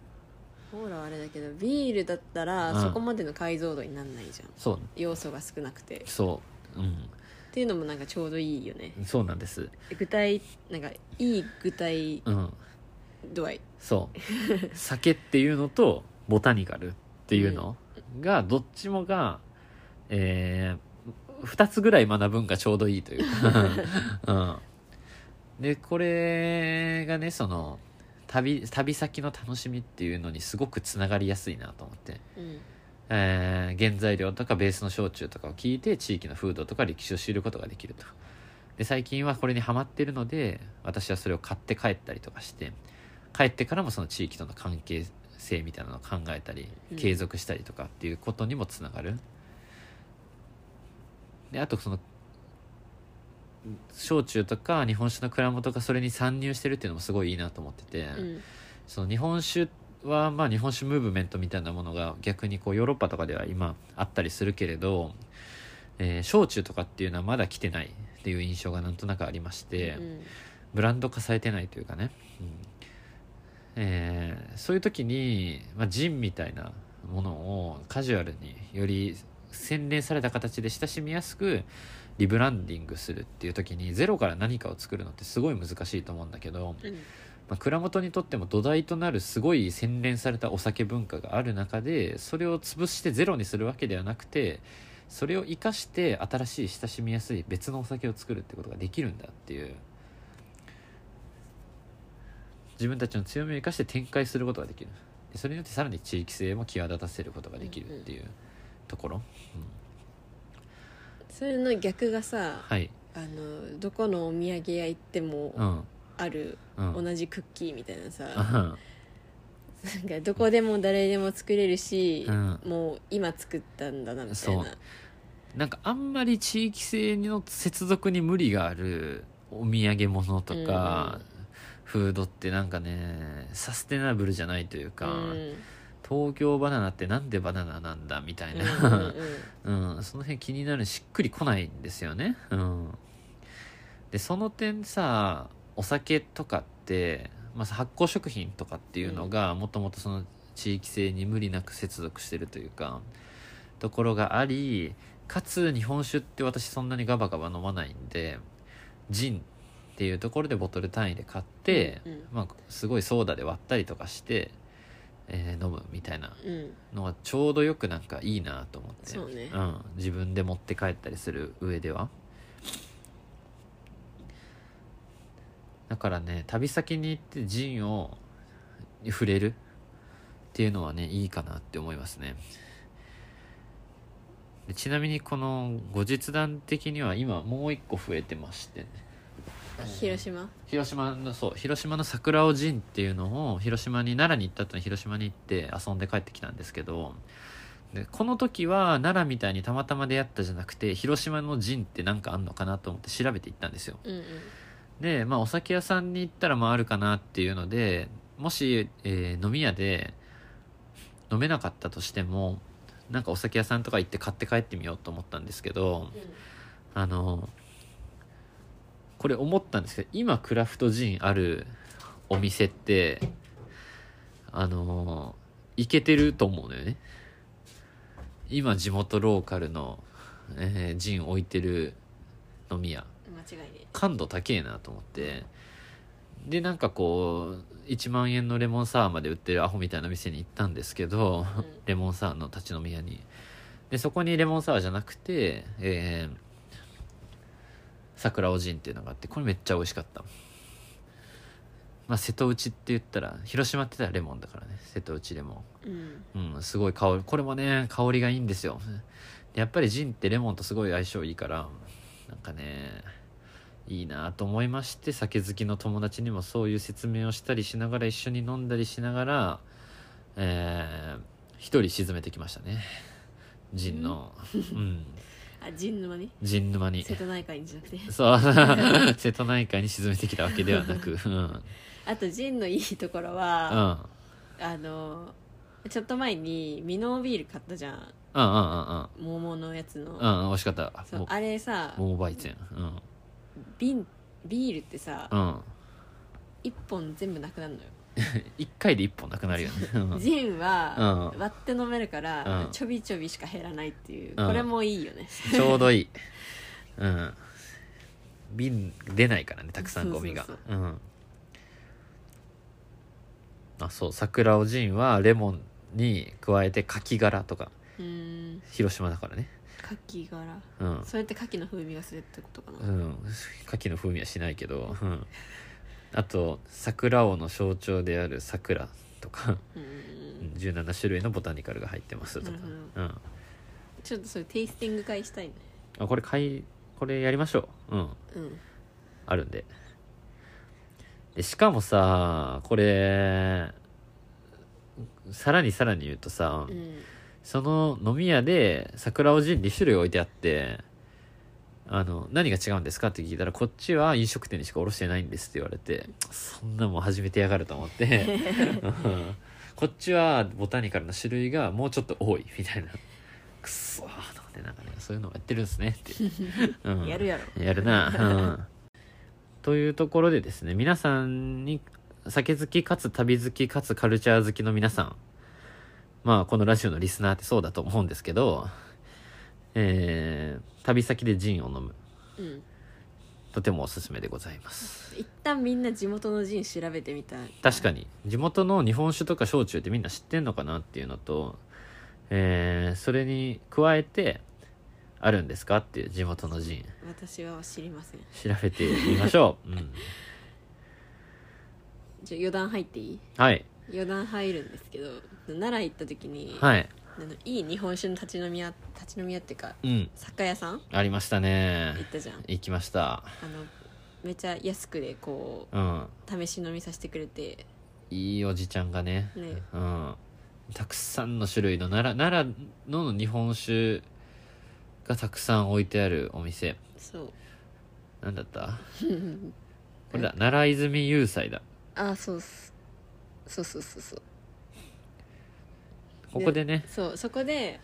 Speaker 1: コーラはあれだけどビールだったら
Speaker 2: うん
Speaker 1: そこまでの解像度になんないじゃん、
Speaker 2: そう
Speaker 1: 要素が少なくて
Speaker 2: そううん
Speaker 1: っていうのもなんかちょうどいいよね
Speaker 2: そうなんです
Speaker 1: 具体なんかいい具体
Speaker 2: うん
Speaker 1: 度合い
Speaker 2: そう酒っていうのとボタニカルっていうのがどっちもが、え2つぐらい学ぶんがちょうどいいというか、うん、でこれがねその旅旅先の楽しみっていうのにすごくつながりやすいなと思って、
Speaker 1: うん
Speaker 2: えー原材料とかベースの焼酎とかを聞いて地域の風土とか歴史を知ることができるとで最近はこれにハマってるので私はそれを買って帰ったりとかして帰ってからもその地域との関係性みたいなのを考えたり
Speaker 1: うん
Speaker 2: 継続したりとかっていうことにもつながる、であとその焼酎とか日本酒の蔵元がそれに参入してるっていうのもすごいいいなと思ってて、
Speaker 1: うん
Speaker 2: その日本酒はまあ日本酒ムーブメントみたいなものが逆にこうヨーロッパとかでは今あったりするけれど、えー焼酎とかっていうのはまだ来てないっていう印象がなんとなくありまして、
Speaker 1: うん
Speaker 2: ブランド化されてないというかね、うんえーそういう時に、まあ、ジンみたいなものをカジュアルにより洗練された形で親しみやすくリブランディングするっていう時にゼロから何かを作るのってすごい難しいと思うんだけど、
Speaker 1: うん
Speaker 2: まあ、蔵元にとっても土台となるすごい洗練されたお酒文化がある中でそれを潰してゼロにするわけではなくてそれを生かして新しい親しみやすい別のお酒を作るってことができるんだっていう自分たちの強みを生かして展開することができるでそれによってさらに地域性も際立たせることができるっていうところ、うん
Speaker 1: それの逆がさ
Speaker 2: はい
Speaker 1: あのどこのお土産屋行っても
Speaker 2: うん
Speaker 1: ある
Speaker 2: うん
Speaker 1: 同じクッキーみたいなさ、
Speaker 2: うん
Speaker 1: なんかどこでも誰でも作れるし、
Speaker 2: うん
Speaker 1: もう今作ったんだなみたい
Speaker 2: そ
Speaker 1: な
Speaker 2: うなんかあんまり地域性の接続に無理があるお土産物とか、フードってなんかねサステナブルじゃないというか、
Speaker 1: うん
Speaker 2: 東京バナナってなんでバナナなんだみたい
Speaker 1: うんうん
Speaker 2: な、うんその辺気になるしっくりこないんですよね、うん、でその点さお酒とかって、まあ、発酵食品とかっていうのが、もともとその地域性に無理なく接続してるというかところがありかつ日本酒って私そんなにガバガバ飲まないんでジンっていうところでボトル単位 *laughs* で買って、
Speaker 1: うんうん
Speaker 2: まあ、すごいソーダで割ったりとかして、えー飲むみたいな
Speaker 1: うんうん
Speaker 2: のはちょうどよくなんかいいなと思って
Speaker 1: そうね
Speaker 2: ん、自分で持って帰ったりする上ではだからね旅先に行ってジンを触れるっていうのはねいいかなって思いますねでちなみにこの後日談的には今もう一個増えてましてね
Speaker 1: 広島
Speaker 2: 広島のそう広島の桜尾陣っていうのを広島に奈良に行った後に広島に行って遊んで帰ってきたんですけどでこの時は奈良みたいにたまたま出会ったじゃなくて広島の陣ってなんかあんのかなと思って調べて行ったんですよ
Speaker 1: うんうん
Speaker 2: でまあお酒屋さんに行ったらまああるかなっていうのでもし、えー飲み屋で飲めなかったとしてもなんかお酒屋さんとか行って買って帰ってみようと思ったんですけどあのこれ思ったんですけど今クラフトジンあるお店ってあのいけてると思うのよね今地元ローカルの、えージン置いてる飲み屋
Speaker 1: う間違いね
Speaker 2: 感度高えなと思ってでなんかこう1万円のレモンサワーまで売ってるアホみたいな店に行ったんですけど、
Speaker 1: うん
Speaker 2: レモンサワーの立ち飲み屋にでそこにレモンサワーじゃなくて、えー桜おじんっていうのがあってこれめっちゃ美味しかった、まあ、瀬戸内って言ったら広島って言ったらレモンだからね瀬戸内レモン
Speaker 1: うん
Speaker 2: うん、すごい香り。これもね、香りがいいんですよ。でやっぱりジンってレモンとすごい相性いいから、なんかね、いいなと思いまして、酒好きの友達にもそういう説明をしたりしながら、一緒に飲んだりしながら、えー、一人沈めてきましたね。ジンの、うん、
Speaker 1: あ陣沼ね
Speaker 2: ジン沼に
Speaker 1: 瀬。戸内海にじゃなくて
Speaker 2: そう、 *laughs* 瀬戸内海に沈めてきたわけではなく、うん、うん、
Speaker 1: あと陣のいいところは、
Speaker 2: うん、
Speaker 1: あのちょっと前にミノービール買ったじゃん
Speaker 2: うん、うん、
Speaker 1: 桃のやつの、
Speaker 2: うん、うん、美味しかった。
Speaker 1: そう
Speaker 2: も
Speaker 1: あれさ
Speaker 2: 桃焙煎。うん、
Speaker 1: 瓶ビールってさ、
Speaker 2: うん。
Speaker 1: 一1本全部なくなるのよ
Speaker 2: 一回で一本なくな
Speaker 1: *laughs*
Speaker 2: るよね。うん
Speaker 1: ジンは
Speaker 2: うん
Speaker 1: 割って飲めるから、
Speaker 2: うん
Speaker 1: ちょびちょびしか減らないっていう、
Speaker 2: うん
Speaker 1: これもいいよね
Speaker 2: ちょうどいい。うん。瓶出ないからね、たくさんゴミが。
Speaker 1: そう
Speaker 2: うん。あ、そう、桜おじんはレモンに加えて柿殻とか、
Speaker 1: うーん
Speaker 2: 広島だからね。
Speaker 1: 牡蠣柄
Speaker 2: うん。
Speaker 1: それって牡蠣の風味がするってことかな、
Speaker 2: うん。柿の風味はしないけど、うん。あと、桜王の象徴である桜とか、
Speaker 1: うんうんうん
Speaker 2: 17種類のボタニカルが入ってますとか
Speaker 1: なる。
Speaker 2: うん。
Speaker 1: ちょっとそれテイスティング会したいね
Speaker 2: あ、これ買い、これやりましょう。うん。
Speaker 1: うん
Speaker 2: あるんででしかもさこれさらにさらに言うとさ、
Speaker 1: うん
Speaker 2: その飲み屋で桜おじん2種類置いてあってあの何が違うんですかって聞いたらこっちは飲食店にしか卸してないんですって言われてそんなもん始めてやがると思って
Speaker 1: *laughs*
Speaker 2: うんこっちはボタニカルの種類がもうちょっと多いみたいなくっそーとかねなんかねそういうのもやってるんですね
Speaker 1: *laughs*
Speaker 2: って、うん
Speaker 1: やるやろ
Speaker 2: やるな。うん、というところでですね、皆さんに酒好きかつ旅好きかつカルチャー好きの皆さん、まあこのラジオのリスナーってそうだと思うんですけど、えー、旅先でジンを飲む。
Speaker 1: うん
Speaker 2: とてもおすすめでございます。
Speaker 1: 一旦みんな地元のジン調べてみたい
Speaker 2: 確かに、地元の日本酒とか焼酎ってみんな知ってんのかなっていうのと、えー、それに加えて、あるんですかっていう地元のジン。
Speaker 1: 私は知りません
Speaker 2: 調べてみましょう。うん。
Speaker 1: じゃあ余談入っていい
Speaker 2: はい。
Speaker 1: 余談入るんですけど奈良行った時に、
Speaker 2: はい。
Speaker 1: あのいい日本酒の立ち飲み屋立ち飲み屋っていうか
Speaker 2: うん。
Speaker 1: 酒屋さん
Speaker 2: ありましたね
Speaker 1: 行ったじゃん
Speaker 2: 行きました
Speaker 1: あのめちゃ安くでこ
Speaker 2: うん
Speaker 1: う試し飲みさせてくれて
Speaker 2: いいおじちゃんがね
Speaker 1: ね
Speaker 2: うんたくさんの種類の奈良奈良の日本酒がたくさん置いてあるお店
Speaker 1: そう
Speaker 2: なんだった
Speaker 1: うん
Speaker 2: これだ奈良泉雄斎だ
Speaker 1: *laughs* あそうっすそうそうそうそう
Speaker 2: ここでね
Speaker 1: そうそこで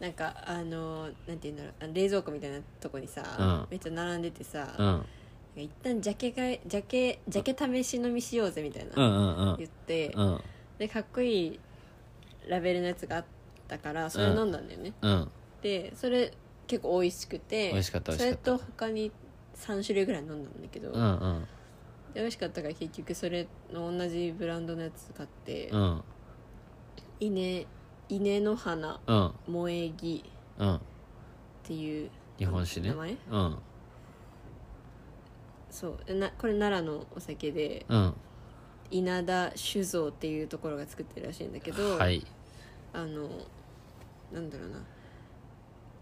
Speaker 1: なんかあのなんて言うんだろうあの冷蔵庫みたいなとこにさ、
Speaker 2: うん
Speaker 1: めっちゃ並んでてさ、
Speaker 2: う
Speaker 1: なんか
Speaker 2: ん
Speaker 1: 一旦ジャケ買いジャケジャケ試し飲みしようぜみたいな、
Speaker 2: うんうんうん
Speaker 1: 言って、
Speaker 2: うん
Speaker 1: でかっこいいラベルのやつがあったからそれ飲んだんだよね、
Speaker 2: うん
Speaker 1: でそれ結構美味しくて
Speaker 2: 美味しかった美
Speaker 1: そ
Speaker 2: 味し
Speaker 1: れ
Speaker 2: かった
Speaker 1: と他に3種類ぐらい飲んだんだけど、
Speaker 2: うんうん
Speaker 1: で美味しかったから結局それの同じブランドのやつ買って
Speaker 2: うん
Speaker 1: 稲稲の花
Speaker 2: うん
Speaker 1: 萌え木
Speaker 2: うん
Speaker 1: っていう
Speaker 2: 日本酒ね
Speaker 1: 名前
Speaker 2: うん
Speaker 1: そうえなこれ奈良のお酒で
Speaker 2: うん
Speaker 1: 稲田酒造っていうところが作ってるらしいんだけど、
Speaker 2: はい
Speaker 1: あのなんだろうな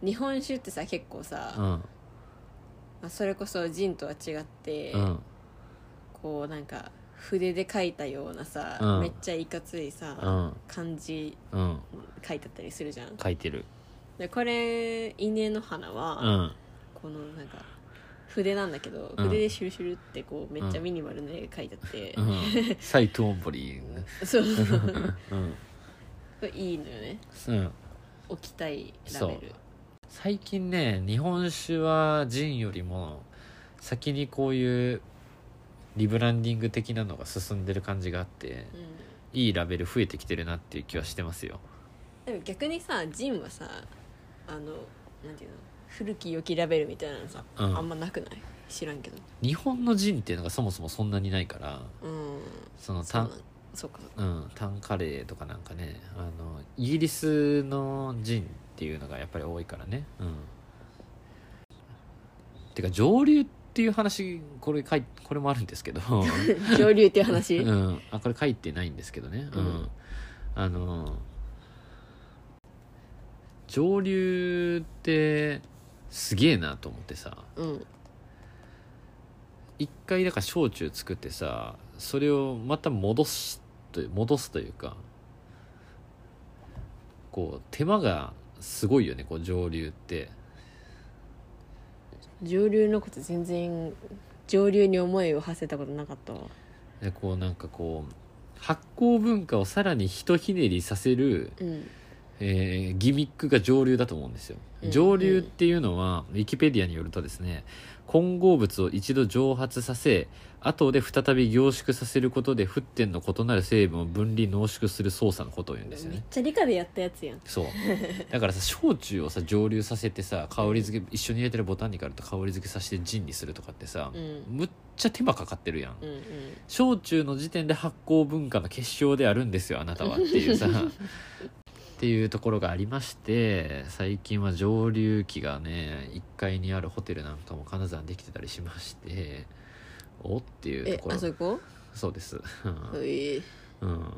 Speaker 1: 日本酒ってさ結構さ、
Speaker 2: う
Speaker 1: ま
Speaker 2: ん
Speaker 1: あ、それこそジンとは違って、
Speaker 2: うん
Speaker 1: こうなんか筆で書いたようなさ、
Speaker 2: うん
Speaker 1: めっちゃいかついさ、
Speaker 2: うん
Speaker 1: 漢字
Speaker 2: うん
Speaker 1: 書いてあったりするじゃん
Speaker 2: 書いてる
Speaker 1: でこれ稲の花
Speaker 2: う
Speaker 1: は、
Speaker 2: ん
Speaker 1: このなんか筆なんだけど
Speaker 2: うん
Speaker 1: 筆でシュルシュルってこうめっちゃ
Speaker 2: うん
Speaker 1: ミニマルな絵が書いてあって、
Speaker 2: うん斎藤堀
Speaker 1: そうそうそうこ
Speaker 2: うん
Speaker 1: れいいのよね
Speaker 2: うん
Speaker 1: 置きたいラベル
Speaker 2: 最近ね日本酒はジンよりも先にこういうリブランディング的なのが進んでる感じがあって
Speaker 1: う、ん、
Speaker 2: いいラベル増えてきてるなっていう気はしてますよ
Speaker 1: でも逆にさジンはさあのなんていうの古き良きラベルみたいなのさ、
Speaker 2: うん
Speaker 1: あんまなくない知らんけど
Speaker 2: 日本のジンっていうのがそもそもそんなにないから
Speaker 1: うん
Speaker 2: その
Speaker 1: そう
Speaker 2: タ
Speaker 1: なんそう
Speaker 2: ン
Speaker 1: かそうか
Speaker 2: うん、タンカレーとかなんかねあのイギリスのジンっていうのがやっぱり多いからねうんてか上流っていう話これ書いこれもあるんですけど
Speaker 1: 上流っていう話、
Speaker 2: う
Speaker 1: うん
Speaker 2: ん、あこれ書いてないんですけどね、うん
Speaker 1: うん
Speaker 2: あの上流ってすげえなと思ってさ一回だから焼酎作ってさそれをまた戻すという戻すというかこう手間がすごいよねこう蒸留って
Speaker 1: 上流のこと全然上流に思いを馳せたことなかったわ
Speaker 2: でこうなんかこう発酵文化をさらにひとひねりさせる、
Speaker 1: うん
Speaker 2: えーギミックが蒸留だと思うんですよ
Speaker 1: うん
Speaker 2: 蒸留っていうのはウィキペディアによるとですね混合物を一度蒸発させ後で再び凝縮させることで沸点の異なる成分を分離濃縮する操作のことを言うんですよ
Speaker 1: め
Speaker 2: ね
Speaker 1: っちゃ理科でやったやつやん *laughs*
Speaker 2: そうだからさ焼酎をさ蒸留させてさ香り付け一緒に入れてるボタニカルと香り付けさせてジンにするとかってさ、
Speaker 1: うん
Speaker 2: むっちゃ手間かかってるやん、
Speaker 1: うんうん
Speaker 2: 焼酎の時点で発酵文化の結晶であるんですよあなたはってい
Speaker 1: *laughs*
Speaker 2: うさっていうところがありまして最近は蒸留機がね1階にあるホテルなんかも金沢にできてたりしましておっていう
Speaker 1: え
Speaker 2: ところ
Speaker 1: あそこ
Speaker 2: そうです、うん
Speaker 1: うい
Speaker 2: うん、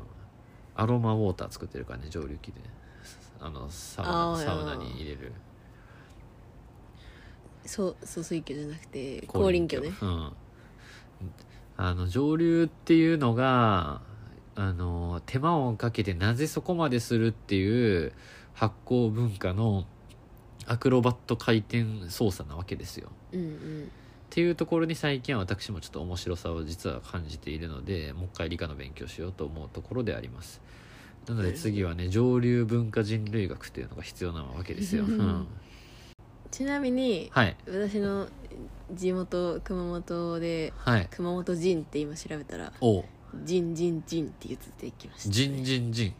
Speaker 2: アロマウォーター作ってるからね蒸留機であのサウ
Speaker 1: あ
Speaker 2: ナ
Speaker 1: ー
Speaker 2: サウナに入れる
Speaker 1: そう疎水魚じゃなくて降臨魚ね
Speaker 2: うんあの蒸留っていうのがあの手間をかけてなぜそこまでするっていう発酵文化のアクロバット回転操作なわけですよ
Speaker 1: うんうん
Speaker 2: っていうところに最近は私もちょっと面白さを実は感じているのでもう一回理科の勉強しようと思うところでありますなので次はね上流文化人類学っていうのが必要なわけですよ、うん、
Speaker 1: ちなみに
Speaker 2: はい
Speaker 1: 私の地元熊本で
Speaker 2: はい
Speaker 1: 熊本人って今調べたら
Speaker 2: おう
Speaker 1: ジンジンジンって言ってきました
Speaker 2: 人人人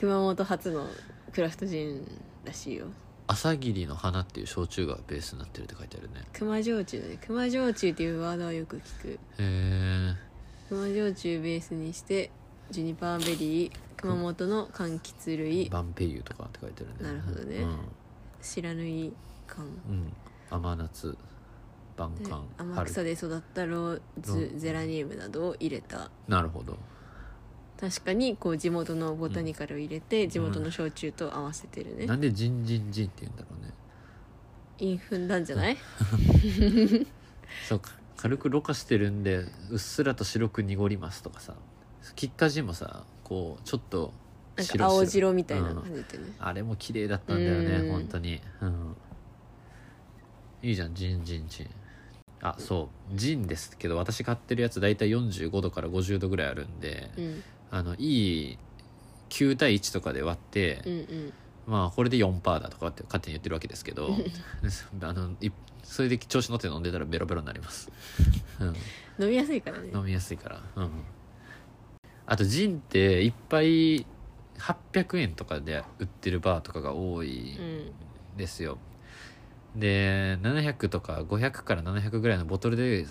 Speaker 1: 熊本初のクラフトジンらしいよ
Speaker 2: 朝霧の花っていう焼酎がベースになってるって書いてあるね
Speaker 1: 熊焼酎だね熊焼酎っていうワードはよく聞く
Speaker 2: へ
Speaker 1: 熊焼酎ベースにしてジュニパーベリー熊本の柑橘
Speaker 2: え
Speaker 1: 類
Speaker 2: バンペイユとかって書いてあるね
Speaker 1: なるほどね不知らぬい柑
Speaker 2: うん、うん、甘夏晩
Speaker 1: で
Speaker 2: 柑
Speaker 1: 天草で育ったローズゼラニウムなどを入れた
Speaker 2: なるほど
Speaker 1: 確かにこう地元のボタニカルを入れて地元の焼酎と合わせてるね、
Speaker 2: なんで人人人って言うんだろうね
Speaker 1: インフンなんじゃない
Speaker 2: そうか軽くろ過してるんでうっすらと白く濁りますとかさ菊花陣もさこうちょっと
Speaker 1: なん
Speaker 2: 白
Speaker 1: か青白みたいな
Speaker 2: うん
Speaker 1: 感じでね、
Speaker 2: あれも綺麗だったんだよ
Speaker 1: う
Speaker 2: ね
Speaker 1: ん
Speaker 2: 本当にうんいいじゃんジンジンジンあそうジンですけど私買ってるやつ大体45度から50度ぐらいあるんで、
Speaker 1: うん、
Speaker 2: あのいい9対1とかで割って、
Speaker 1: うんうん
Speaker 2: まあこれで4%だとかって勝手に言ってるわけです
Speaker 1: *laughs*
Speaker 2: けどあのいそれで調子乗って飲んでたらベロベロになります、うん
Speaker 1: 飲みやすいからね
Speaker 2: 飲みやすいからうんあとジンっていっぱい800円とかで売ってるバーとかが多い
Speaker 1: うん
Speaker 2: んですよ、で700とか500から700ぐらいのボトルで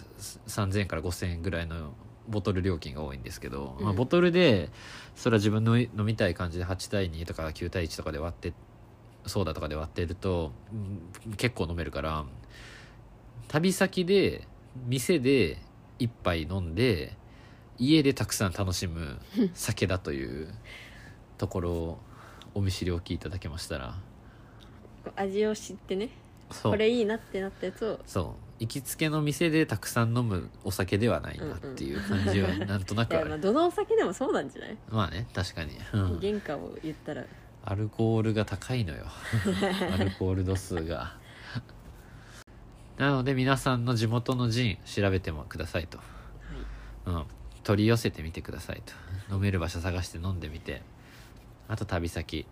Speaker 2: 3000円から5000円ぐらいのボトル料金が多いんですけど、まあ、
Speaker 1: うん
Speaker 2: ボトルでそれは自分の飲みたい感じで8対2とか9対1とかで割ってソーダとかで割ってると、うん結構飲めるから旅先で店で一杯飲んで家でたくさん楽しむ酒だというところをお見知りおきいただけましたら
Speaker 1: 味を知ってね
Speaker 2: そう
Speaker 1: これいいなってなったやつを
Speaker 2: そう行きつけの店でたくさん飲むお酒ではないなっていう感じはなん *laughs* とないくあ
Speaker 1: や
Speaker 2: る、
Speaker 1: まあどのお酒でもそうなんじゃない、
Speaker 2: まあね確かに、うん、
Speaker 1: 原価を言ったら
Speaker 2: アルコールが高いの *laughs* よアルコール度数がなので皆さんの地元のジン調べてもくださいと、うん、取り寄せてみてくださいと飲める場所探して飲んでみてあと旅先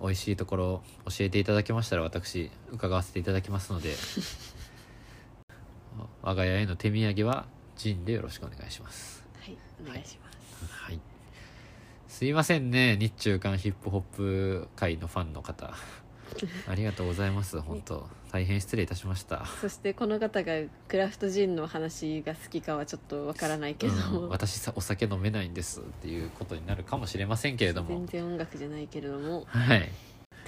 Speaker 2: 美味しいところを教えていただけましたら私伺わせていただきますので *laughs* 我が家への手土産はジンでよろしくお願いします
Speaker 1: はいお願いします、
Speaker 2: はい。
Speaker 1: *laughs*
Speaker 2: すいませんね、日中間ヒップホップ界のファンの方。ありがとうございます本当大変失礼いたしました、
Speaker 1: そしてこの方がクラフトジンの話が好きかはちょっとわからないけども、
Speaker 2: うん私さお酒飲めないんですっていうことになるかもしれませんけれども
Speaker 1: 全然音楽じゃないけれども
Speaker 2: はい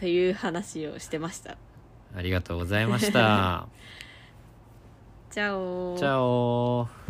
Speaker 1: という話をしてました
Speaker 2: ありがとうございました
Speaker 1: チャオ
Speaker 2: チャオ